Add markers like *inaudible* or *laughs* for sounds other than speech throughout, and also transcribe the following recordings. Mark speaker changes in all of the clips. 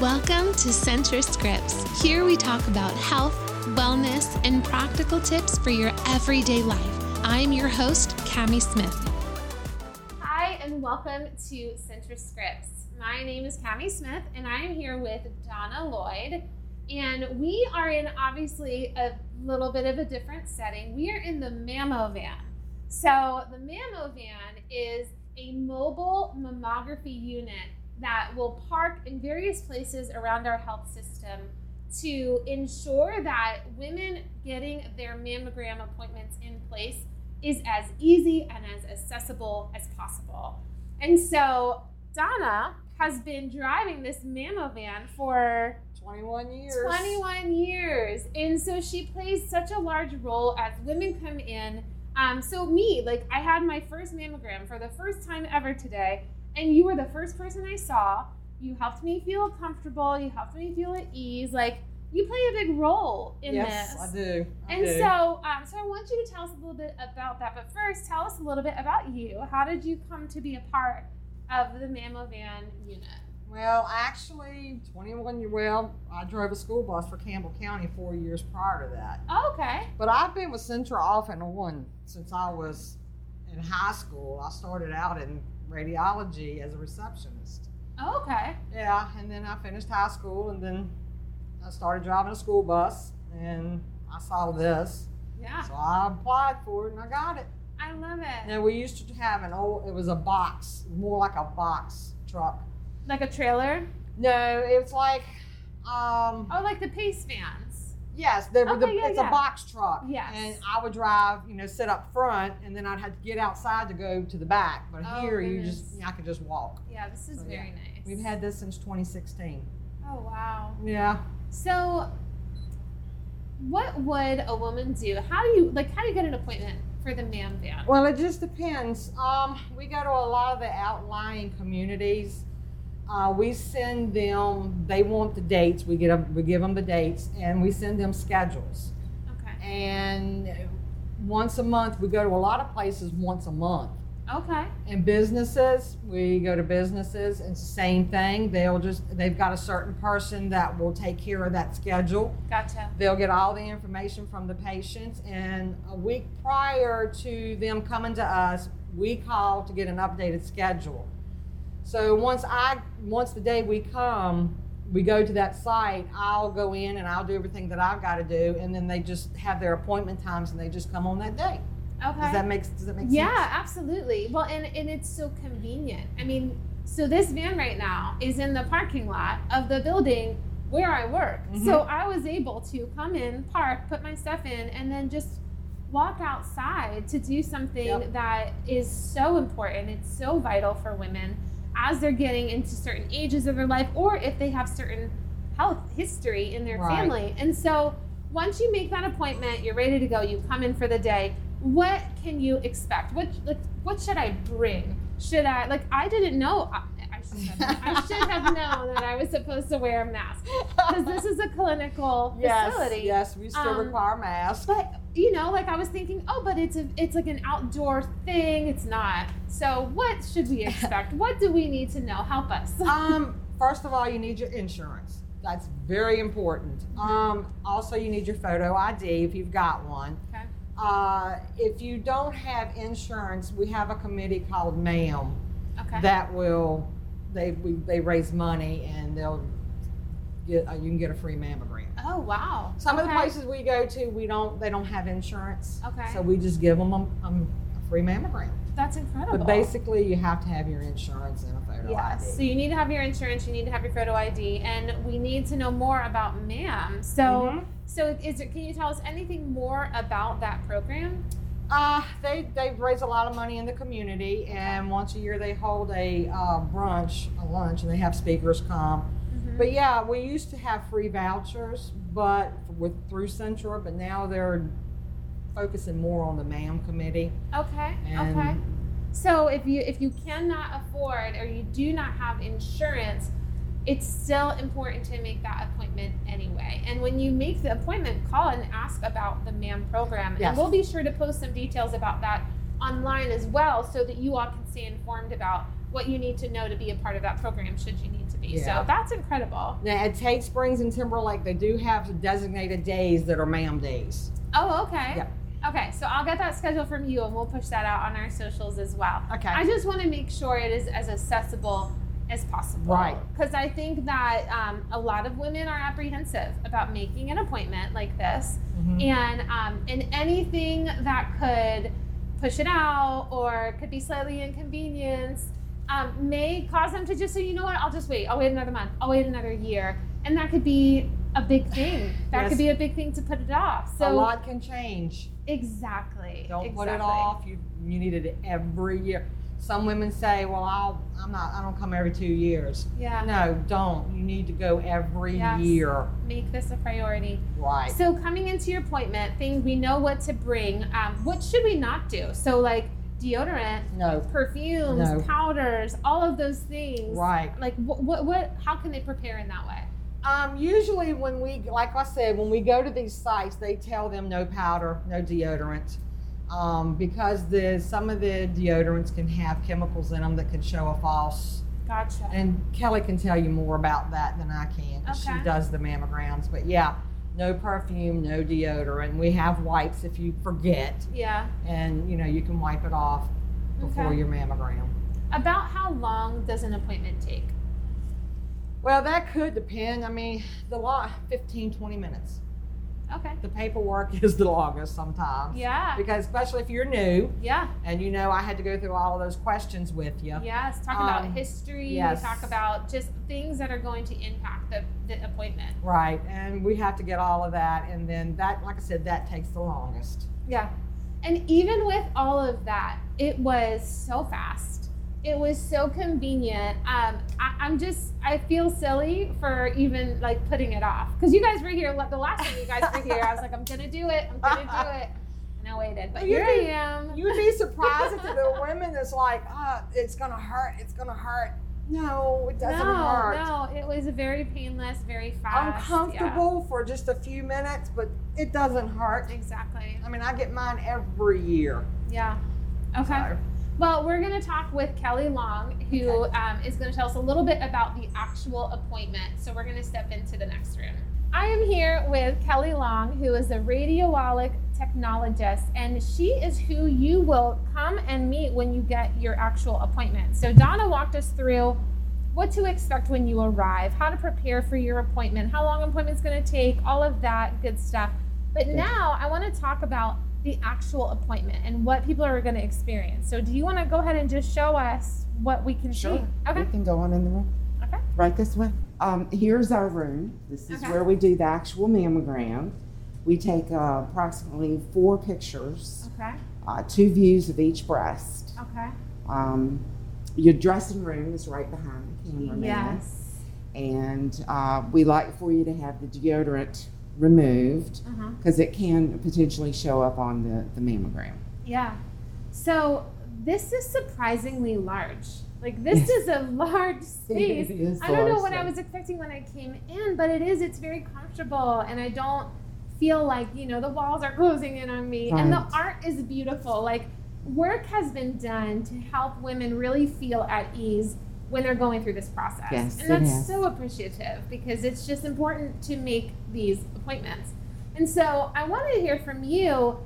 Speaker 1: Welcome to Center Scripts. Here we talk about health, wellness, and practical tips for your everyday life. I'm your host, Cami Smith. Hi, and welcome to Center Scripts. My name is Cami Smith, and I am here with Donna Lloyd. And we are in obviously a little bit of a different setting. We are in the Mammo Van. So, the Mammo Van is a mobile mammography unit that will park in various places around our health system to ensure that women getting their mammogram appointments in place is as easy and as accessible as possible. And so Donna has been driving this mammo van for
Speaker 2: 21 years.
Speaker 1: 21 years. And so she plays such a large role as women come in. Um, so, me, like, I had my first mammogram for the first time ever today, and you were the first person I saw. You helped me feel comfortable, you helped me feel at ease. Like, you play a big role in
Speaker 2: yes,
Speaker 1: this.
Speaker 2: I do. I
Speaker 1: And
Speaker 2: do.
Speaker 1: so, um, so I want you to tell us a little bit about that. But first, tell us a little bit about you. How did you come to be a part of the Mammo Van unit?
Speaker 2: well, actually, 21 year well, I drove a school bus for Campbell County four years prior to that.
Speaker 1: okay.
Speaker 2: But I've been with Centra off and on since I was in high school. I started out in radiology as a receptionist.
Speaker 1: okay.
Speaker 2: Yeah, and then I finished high school, and then I started driving a school bus, and I saw this,
Speaker 1: Yeah.
Speaker 2: so I applied for it, and I got it.
Speaker 1: I love it.
Speaker 2: Now we used to have an old. It was a box, more like a box truck.
Speaker 1: Like a trailer.
Speaker 2: No, it was like, um,
Speaker 1: Oh, like the Pace vans.
Speaker 2: yes, there were the,
Speaker 1: Okay, yeah,
Speaker 2: it's
Speaker 1: yeah.
Speaker 2: a box truck.
Speaker 1: Yes.
Speaker 2: And I would drive, you know, sit up front, and then I'd have to get outside to go to the back. But
Speaker 1: Oh,
Speaker 2: here, you
Speaker 1: goodness.
Speaker 2: just, I could just walk.
Speaker 1: Yeah, this is
Speaker 2: Oh, yeah.
Speaker 1: very nice.
Speaker 2: We've had this since 2016.
Speaker 1: Oh wow.
Speaker 2: Yeah.
Speaker 1: So, what would a woman do? How do you like? How do you get an appointment for the Mam Van?
Speaker 2: Well, it just depends. Um, we go to a lot of the outlying communities. Uh, we send them. They want the dates. We get them. We give them the dates, and we send them schedules.
Speaker 1: Okay.
Speaker 2: and once a month we go to a lot of places once a month
Speaker 1: Okay.
Speaker 2: and businesses we go to businesses and it's the same thing they'll just they've got a certain person that will take care of that schedule
Speaker 1: Gotcha.
Speaker 2: they'll get all the information from the patients and a week prior to them coming to us we call to get an updated schedule so once i once the day we come we go to that site i'll go in and i'll do everything that i've got to do and then they just have their appointment times and they just come on that day
Speaker 1: Okay.
Speaker 2: does that make does that make
Speaker 1: yeah,
Speaker 2: sense
Speaker 1: absolutely. Well, and, and it's so convenient. I mean, so this van right now is in the parking lot of the building where I work.
Speaker 2: Mm-hmm.
Speaker 1: So I was able to come in, park, put my stuff in, and then just walk outside to do something
Speaker 2: Yep.
Speaker 1: that is so important. It's so vital for women as they're getting into certain ages of their life or if they have certain health history in their
Speaker 2: Right.
Speaker 1: family. And so once you make that appointment, you're ready to go, you come in for the day. What can you expect? What like, what should I bring? Should I like I didn't know I, I should have, I should
Speaker 2: *laughs*
Speaker 1: have known that I was supposed to wear a mask because this is a clinical
Speaker 2: yes
Speaker 1: facility.
Speaker 2: yes we still
Speaker 1: Um,
Speaker 2: require masks
Speaker 1: But you know, like I was thinking, oh, but it's a, it's like an outdoor thing. It's not. So what should
Speaker 2: *laughs*
Speaker 1: we expect? what do we need to know? Help us.
Speaker 2: um, first of all, you need your insurance. That's very important.
Speaker 1: Mm-hmm.
Speaker 2: Um, also, you need your photo ID if you've got one.
Speaker 1: Okay.
Speaker 2: Uh, if you don't have insurance, we have a committee called MAM
Speaker 1: Okay.
Speaker 2: that will they we, they raise money and they'll get uh, you can get a free mammogram.
Speaker 1: oh wow.
Speaker 2: Some of the
Speaker 1: Okay.
Speaker 2: places we go to, we don't they don't have insurance,
Speaker 1: Okay.
Speaker 2: so we just give them a, um, a free mammogram.
Speaker 1: That's incredible.
Speaker 2: But basically, you have to have your insurance and a photo ID.
Speaker 1: Yes. So you need to have your insurance. You need to have your photo ID, and we need to know more about MAM. So,
Speaker 2: Mhm.
Speaker 1: so is it, can you tell us anything more about that program?
Speaker 2: Uh, they they raise a lot of money in the community, and once a year they hold a uh, brunch, a lunch, and they have speakers come. But yeah, we used to have free vouchers, but with through Centra, but now they're focusing more on the MAM committee.
Speaker 1: Okay.
Speaker 2: And
Speaker 1: okay. So if you if you cannot afford or you do not have insurance, it's still important to make that appointment anyway. And when you make the appointment, call and ask about the MAM program,
Speaker 2: Yes.
Speaker 1: and we'll be sure to post some details about that online as well so that you all can stay informed about what you need to know to be a part of that program should you need to be.
Speaker 2: Yeah.
Speaker 1: So that's incredible.
Speaker 2: Now, at Tate Springs and Timberlake, they do have designated days that are ma'am days.
Speaker 1: Oh, okay.
Speaker 2: Yeah.
Speaker 1: Okay, so I'll get that schedule from you and we'll push that out on our socials as well.
Speaker 2: Okay.
Speaker 1: I just want to make sure it is as accessible as possible.
Speaker 2: Right.
Speaker 1: Because I think that um, a lot of women are apprehensive about making an appointment like this.
Speaker 2: Mhm.
Speaker 1: and um, and anything that could push it out or could be slightly inconvenienced um, may cause them to just say, you know what, I'll just wait. I'll wait another month. I'll wait another year, and that could be a big thing. That
Speaker 2: Yes.
Speaker 1: could be a big thing to put it off. So
Speaker 2: a lot can change.
Speaker 1: exactly.
Speaker 2: Don't
Speaker 1: exactly.
Speaker 2: put it off. You you need it every year. Some women say, "Well, I'll, I'm not. I don't come every two years."
Speaker 1: Yeah.
Speaker 2: No, don't. You need to go every
Speaker 1: Yes.
Speaker 2: year.
Speaker 1: Make this a priority.
Speaker 2: Right.
Speaker 1: So coming into your appointment, thing we know what to bring. Um, what should we not do? So like deodorant,
Speaker 2: No.
Speaker 1: perfumes,
Speaker 2: No.
Speaker 1: powders, all of those things.
Speaker 2: Right.
Speaker 1: like what, what what how can they prepare in that way
Speaker 2: Um, usually, when we, like I said, when we go to these sites, they tell them no powder, no deodorant, um, because the some of the deodorants can have chemicals in them that can show a false.
Speaker 1: gotcha
Speaker 2: And Kelly can tell you more about that than I can. 'cause
Speaker 1: Okay.
Speaker 2: She does the mammograms, but yeah, no perfume, no deodorant. We have wipes if you forget,
Speaker 1: yeah
Speaker 2: and you know you can wipe it off before
Speaker 1: Okay.
Speaker 2: your mammogram.
Speaker 1: about how long does an appointment take
Speaker 2: Well, that could depend. I mean, the law 15, 20 minutes.
Speaker 1: okay
Speaker 2: The paperwork *laughs* is the longest sometimes.
Speaker 1: yeah
Speaker 2: Because especially if you're new
Speaker 1: yeah
Speaker 2: and you know I had to go through all of those questions with you.
Speaker 1: yes talk about
Speaker 2: Um,
Speaker 1: history
Speaker 2: yes.
Speaker 1: we talk about just things that are going to impact the, the appointment
Speaker 2: Right. And we have to get all of that and then that like I said, that takes the longest.
Speaker 1: yeah and even with all of that it was so fast it was so convenient um, I, i'm just i feel silly for even like putting it off because you guys were here the last time you guys were here i was like i'm gonna do it i'm gonna
Speaker 2: *laughs*
Speaker 1: do it and i waited but
Speaker 2: You
Speaker 1: here i
Speaker 2: did-
Speaker 1: am
Speaker 2: You'd be surprised
Speaker 1: *laughs*
Speaker 2: at the women that's like, oh, it's gonna hurt, it's gonna hurt. No, it doesn't
Speaker 1: no,
Speaker 2: hurt.
Speaker 1: No, it was very painless, very fast. yeah.
Speaker 2: Uncomfortable for just a few minutes, but it doesn't hurt.
Speaker 1: Exactly.
Speaker 2: I mean, I get mine every year.
Speaker 1: Yeah. Okay.
Speaker 2: So,
Speaker 1: Well, we're going to talk with Kelly Long, who um, is going to tell us a little bit about the actual appointment. So we're going to step into the next room. I am here with Kelly Long, who is a radiologic technologist, and she is who you will come and meet when you get your actual appointment. So Donna walked us through what to expect when you arrive, how to prepare for your appointment, how long appointment's going to take, all of that good stuff. But now I want to talk about the actual appointment and what people are going to experience. So do you want to go ahead and just show us what we can
Speaker 3: Sure.
Speaker 1: see?
Speaker 3: We
Speaker 1: Okay.
Speaker 3: can go on in the room.
Speaker 1: Okay.
Speaker 3: Right this way. Um, here's our room. This is
Speaker 1: Okay.
Speaker 3: where we do the actual mammogram. We take uh, approximately four pictures,
Speaker 1: Okay.
Speaker 3: uh, two views of each breast.
Speaker 1: Okay.
Speaker 3: Um, your dressing room is right behind the cameraman.
Speaker 1: Yes.
Speaker 3: And uh, we like for you to have the deodorant removed
Speaker 1: Uh-huh.
Speaker 3: because it can potentially show up on the, the mammogram.
Speaker 1: Yeah. So this is surprisingly large. Like this is a large space.
Speaker 3: It is
Speaker 1: I don't know
Speaker 3: large,
Speaker 1: what
Speaker 3: so-
Speaker 1: I was expecting when I came in, but it is. It's very comfortable, and I don't feel like you know the walls are closing in on me. And the
Speaker 3: Right.
Speaker 1: art is beautiful. Like work has been done to help women really feel at ease when they're going through this process,
Speaker 3: Yes,
Speaker 1: and
Speaker 3: it
Speaker 1: that's
Speaker 3: has.
Speaker 1: so appreciative because it's just important to make these appointments. And so I want to hear from you.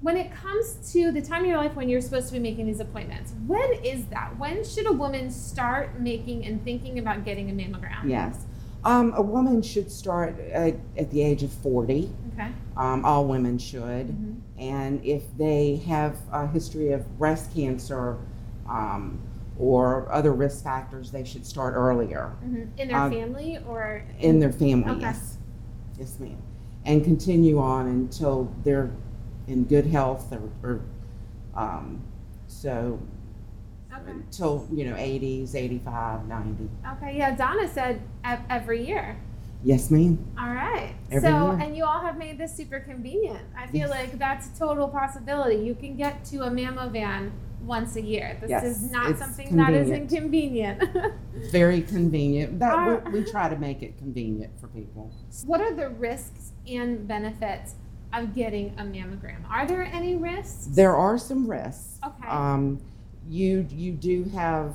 Speaker 1: When it comes to the time of your life when you're supposed to be making these appointments, when is that? When should a woman start making and thinking about getting a mammogram?
Speaker 3: Yes. Um, a woman should start at, at the age of 40.
Speaker 1: Okay.
Speaker 3: Um, all women should.
Speaker 1: Mhm.
Speaker 3: and if they have a history of breast cancer um, or other risk factors, they should start earlier
Speaker 1: Mhm. In their
Speaker 3: Um,
Speaker 1: family or
Speaker 3: in their family.
Speaker 1: Okay.
Speaker 3: Yes, yes, ma'am, and continue on until they're in good health or, or um, so
Speaker 1: okay.
Speaker 3: until you know 80s, 85, 90.
Speaker 1: Okay. Yeah. Donna said ev- every year.
Speaker 3: Yes, ma'am.
Speaker 1: All right.
Speaker 3: Every
Speaker 1: so,
Speaker 3: year.
Speaker 1: and you all have made this super convenient. I feel
Speaker 3: Yes.
Speaker 1: like that's a total possibility. You can get to a mammo van once a year. This
Speaker 3: Yes,
Speaker 1: is not
Speaker 3: it's
Speaker 1: something that is
Speaker 3: convenient.
Speaker 1: inconvenient. *laughs*
Speaker 3: Very convenient. That
Speaker 1: Are-
Speaker 3: we, we try to make it convenient for people.
Speaker 1: what are the risks and benefits of getting a mammogram? Are there any risks?
Speaker 2: There are some risks.
Speaker 1: Okay.
Speaker 2: Um, you you do have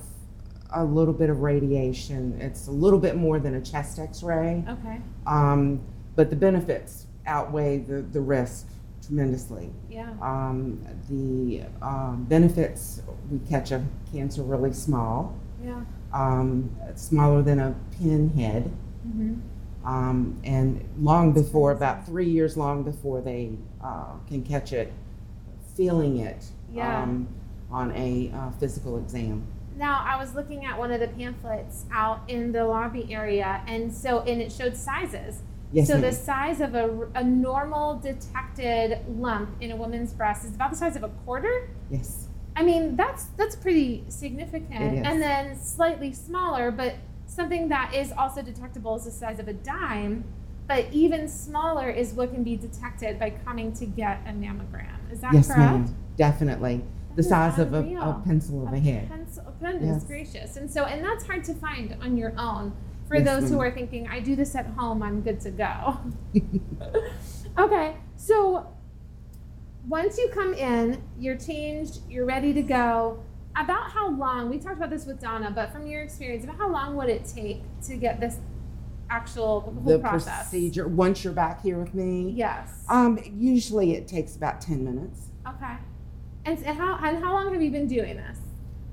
Speaker 2: a little bit of radiation. It's a little bit more than a chest X-ray,
Speaker 1: okay.
Speaker 2: um, but the benefits outweigh the the risk tremendously.
Speaker 1: Yeah.
Speaker 2: Um, the um, benefits we catch a cancer really small,
Speaker 1: Yeah.
Speaker 2: um, smaller than a pinhead,
Speaker 1: Mm-hmm.
Speaker 2: um, and long before about three years long before they uh, can catch it, feeling it
Speaker 1: Yeah.
Speaker 2: um, on a uh, physical exam.
Speaker 1: Now, I was looking at one of the pamphlets out in the lobby area, and so and it showed sizes.
Speaker 2: Yes,
Speaker 1: so
Speaker 2: ma'am.
Speaker 1: the size of a, a normal detected lump in a woman's breast is about the size of a quarter.
Speaker 2: yes,
Speaker 1: I mean, that's that's pretty significant.
Speaker 2: It is.
Speaker 1: And then slightly smaller, but something that is also detectable is the size of a dime. But even smaller is what can be detected by coming to get a mammogram. Is that
Speaker 2: yes,
Speaker 1: correct?
Speaker 2: ma'am. Definitely,
Speaker 1: That
Speaker 2: the
Speaker 1: is
Speaker 2: size of a,
Speaker 1: unreal.
Speaker 2: a pencil of a
Speaker 1: *laughs*
Speaker 2: head.
Speaker 1: Pencil, goodness
Speaker 2: Yes.
Speaker 1: gracious. And so, and that's hard to find on your own for
Speaker 2: Yes,
Speaker 1: those who
Speaker 2: ma'am.
Speaker 1: are thinking, I do this at home, I'm good to go. okay, so once you come in, you're changed, you're ready to go. About how long, we talked about this with Donna, but from your experience, about how long would it take to get this actual the whole
Speaker 2: the
Speaker 1: process?
Speaker 2: procedure. Once you're back here with me,
Speaker 1: Yes.
Speaker 2: um, usually it takes about ten minutes.
Speaker 1: okay. And, and, how, and how long have you been doing this?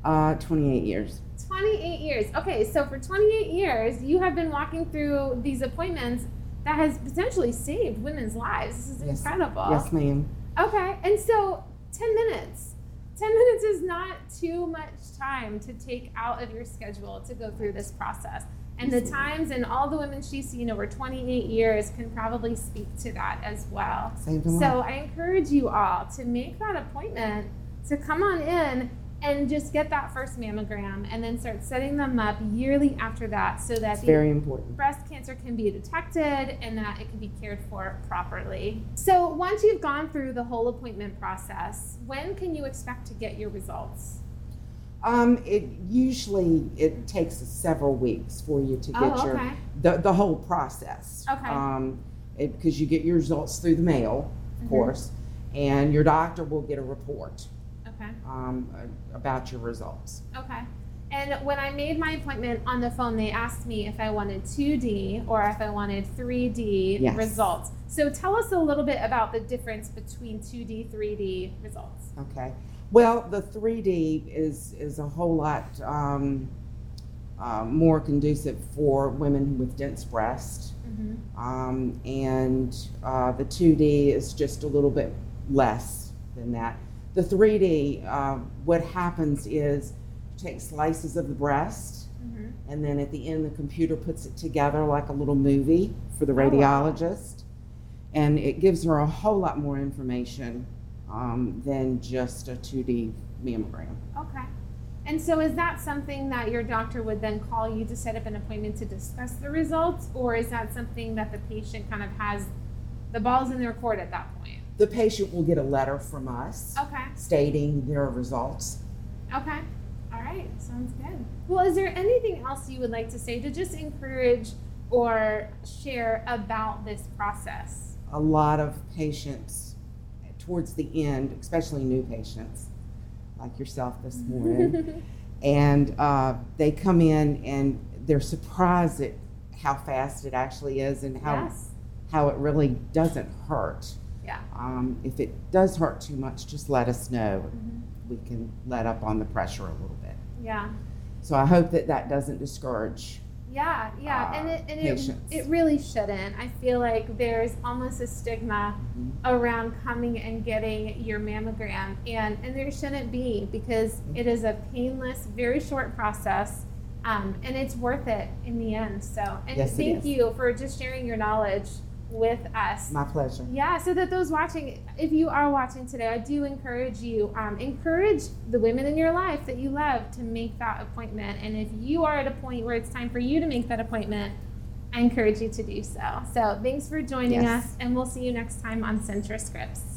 Speaker 2: Uh, Twenty-eight years.
Speaker 1: 28 years. Okay, so for 28 years, you have been walking through these appointments that has potentially saved women's lives. This is
Speaker 2: Yes.
Speaker 1: incredible.
Speaker 2: Yes, ma'am.
Speaker 1: Okay, and so 10 minutes. 10 minutes is not too much time to take out of your schedule to go through this process. And the times and all the women she's seen over 28 years can probably speak to that as well.
Speaker 2: Saved a
Speaker 1: So
Speaker 2: lot.
Speaker 1: I encourage you all to make that appointment to come on in and just get that first mammogram and then start setting them up yearly after that so that
Speaker 2: It's
Speaker 1: the
Speaker 2: very important.
Speaker 1: breast cancer can be detected and that it can be cared for properly. So once you've gone through the whole appointment process, when can you expect to get your results?
Speaker 2: Um, it usually it takes several weeks for you to get
Speaker 1: Oh,
Speaker 2: your
Speaker 1: okay.
Speaker 2: the, the whole process.
Speaker 1: Okay.
Speaker 2: Um, because you get your results through the mail, of
Speaker 1: Mhm.
Speaker 2: course, and your doctor will get a report
Speaker 1: Okay.
Speaker 2: um, about your results.
Speaker 1: Okay. And when I made my appointment on the phone, they asked me if I wanted 2D or if I wanted 3D
Speaker 2: Yes.
Speaker 1: results. So tell us a little bit about the difference between 2D, 3D results.
Speaker 2: Okay. Well, the 3D is is a whole lot um, uh, more conducive for women with dense breasts.
Speaker 1: Mm-hmm.
Speaker 2: Um, and uh, the 2D is just a little bit less than that. The 3D, uh, what happens is you take slices of the breast,
Speaker 1: Mm-hmm.
Speaker 2: and then at the end, the computer puts it together like a little movie for the
Speaker 1: Oh, wow.
Speaker 2: radiologist. And it gives her a whole lot more information um, than just a 2D mammogram.
Speaker 1: Okay. And so is that something that your doctor would then call you to set up an appointment to discuss the results, or is that something that the patient kind of has the balls in their court at that point?
Speaker 2: The patient will get a letter from us
Speaker 1: Okay.
Speaker 2: stating their results.
Speaker 1: Okay. All right. Sounds good. Well, is there anything else you would like to say to just encourage or share about this process?
Speaker 2: a lot of patients towards the end, especially new patients like yourself
Speaker 1: *laughs*
Speaker 2: this morning, and uh, they come in and they're surprised at how fast it actually is and how
Speaker 1: Yes.
Speaker 2: how it really doesn't hurt.
Speaker 1: Yeah.
Speaker 2: Um, if it does hurt too much, just let us know.
Speaker 1: Mhm.
Speaker 2: We can let up on the pressure a little bit.
Speaker 1: Yeah.
Speaker 2: So I hope that that doesn't discourage.
Speaker 1: Yeah, yeah,
Speaker 2: uh,
Speaker 1: and it and it,
Speaker 2: patients.
Speaker 1: it really shouldn't. I feel like there's almost a stigma
Speaker 2: Mhm.
Speaker 1: around coming and getting your mammogram, and and there shouldn't be because
Speaker 2: Mm-hmm.
Speaker 1: it is a painless, very short process, um, and it's worth it in the end. So, and
Speaker 2: Yes, it
Speaker 1: thank
Speaker 2: is.
Speaker 1: you for just sharing your knowledge with us.
Speaker 2: My pleasure.
Speaker 1: Yeah, so that those watching, if you are watching today, I do encourage you, um, encourage the women in your life that you love to make that appointment. And if you are at a point where it's time for you to make that appointment, I encourage you to do so. So thanks for joining
Speaker 2: Yes.
Speaker 1: us, and we'll see you next time on Centra Scripts.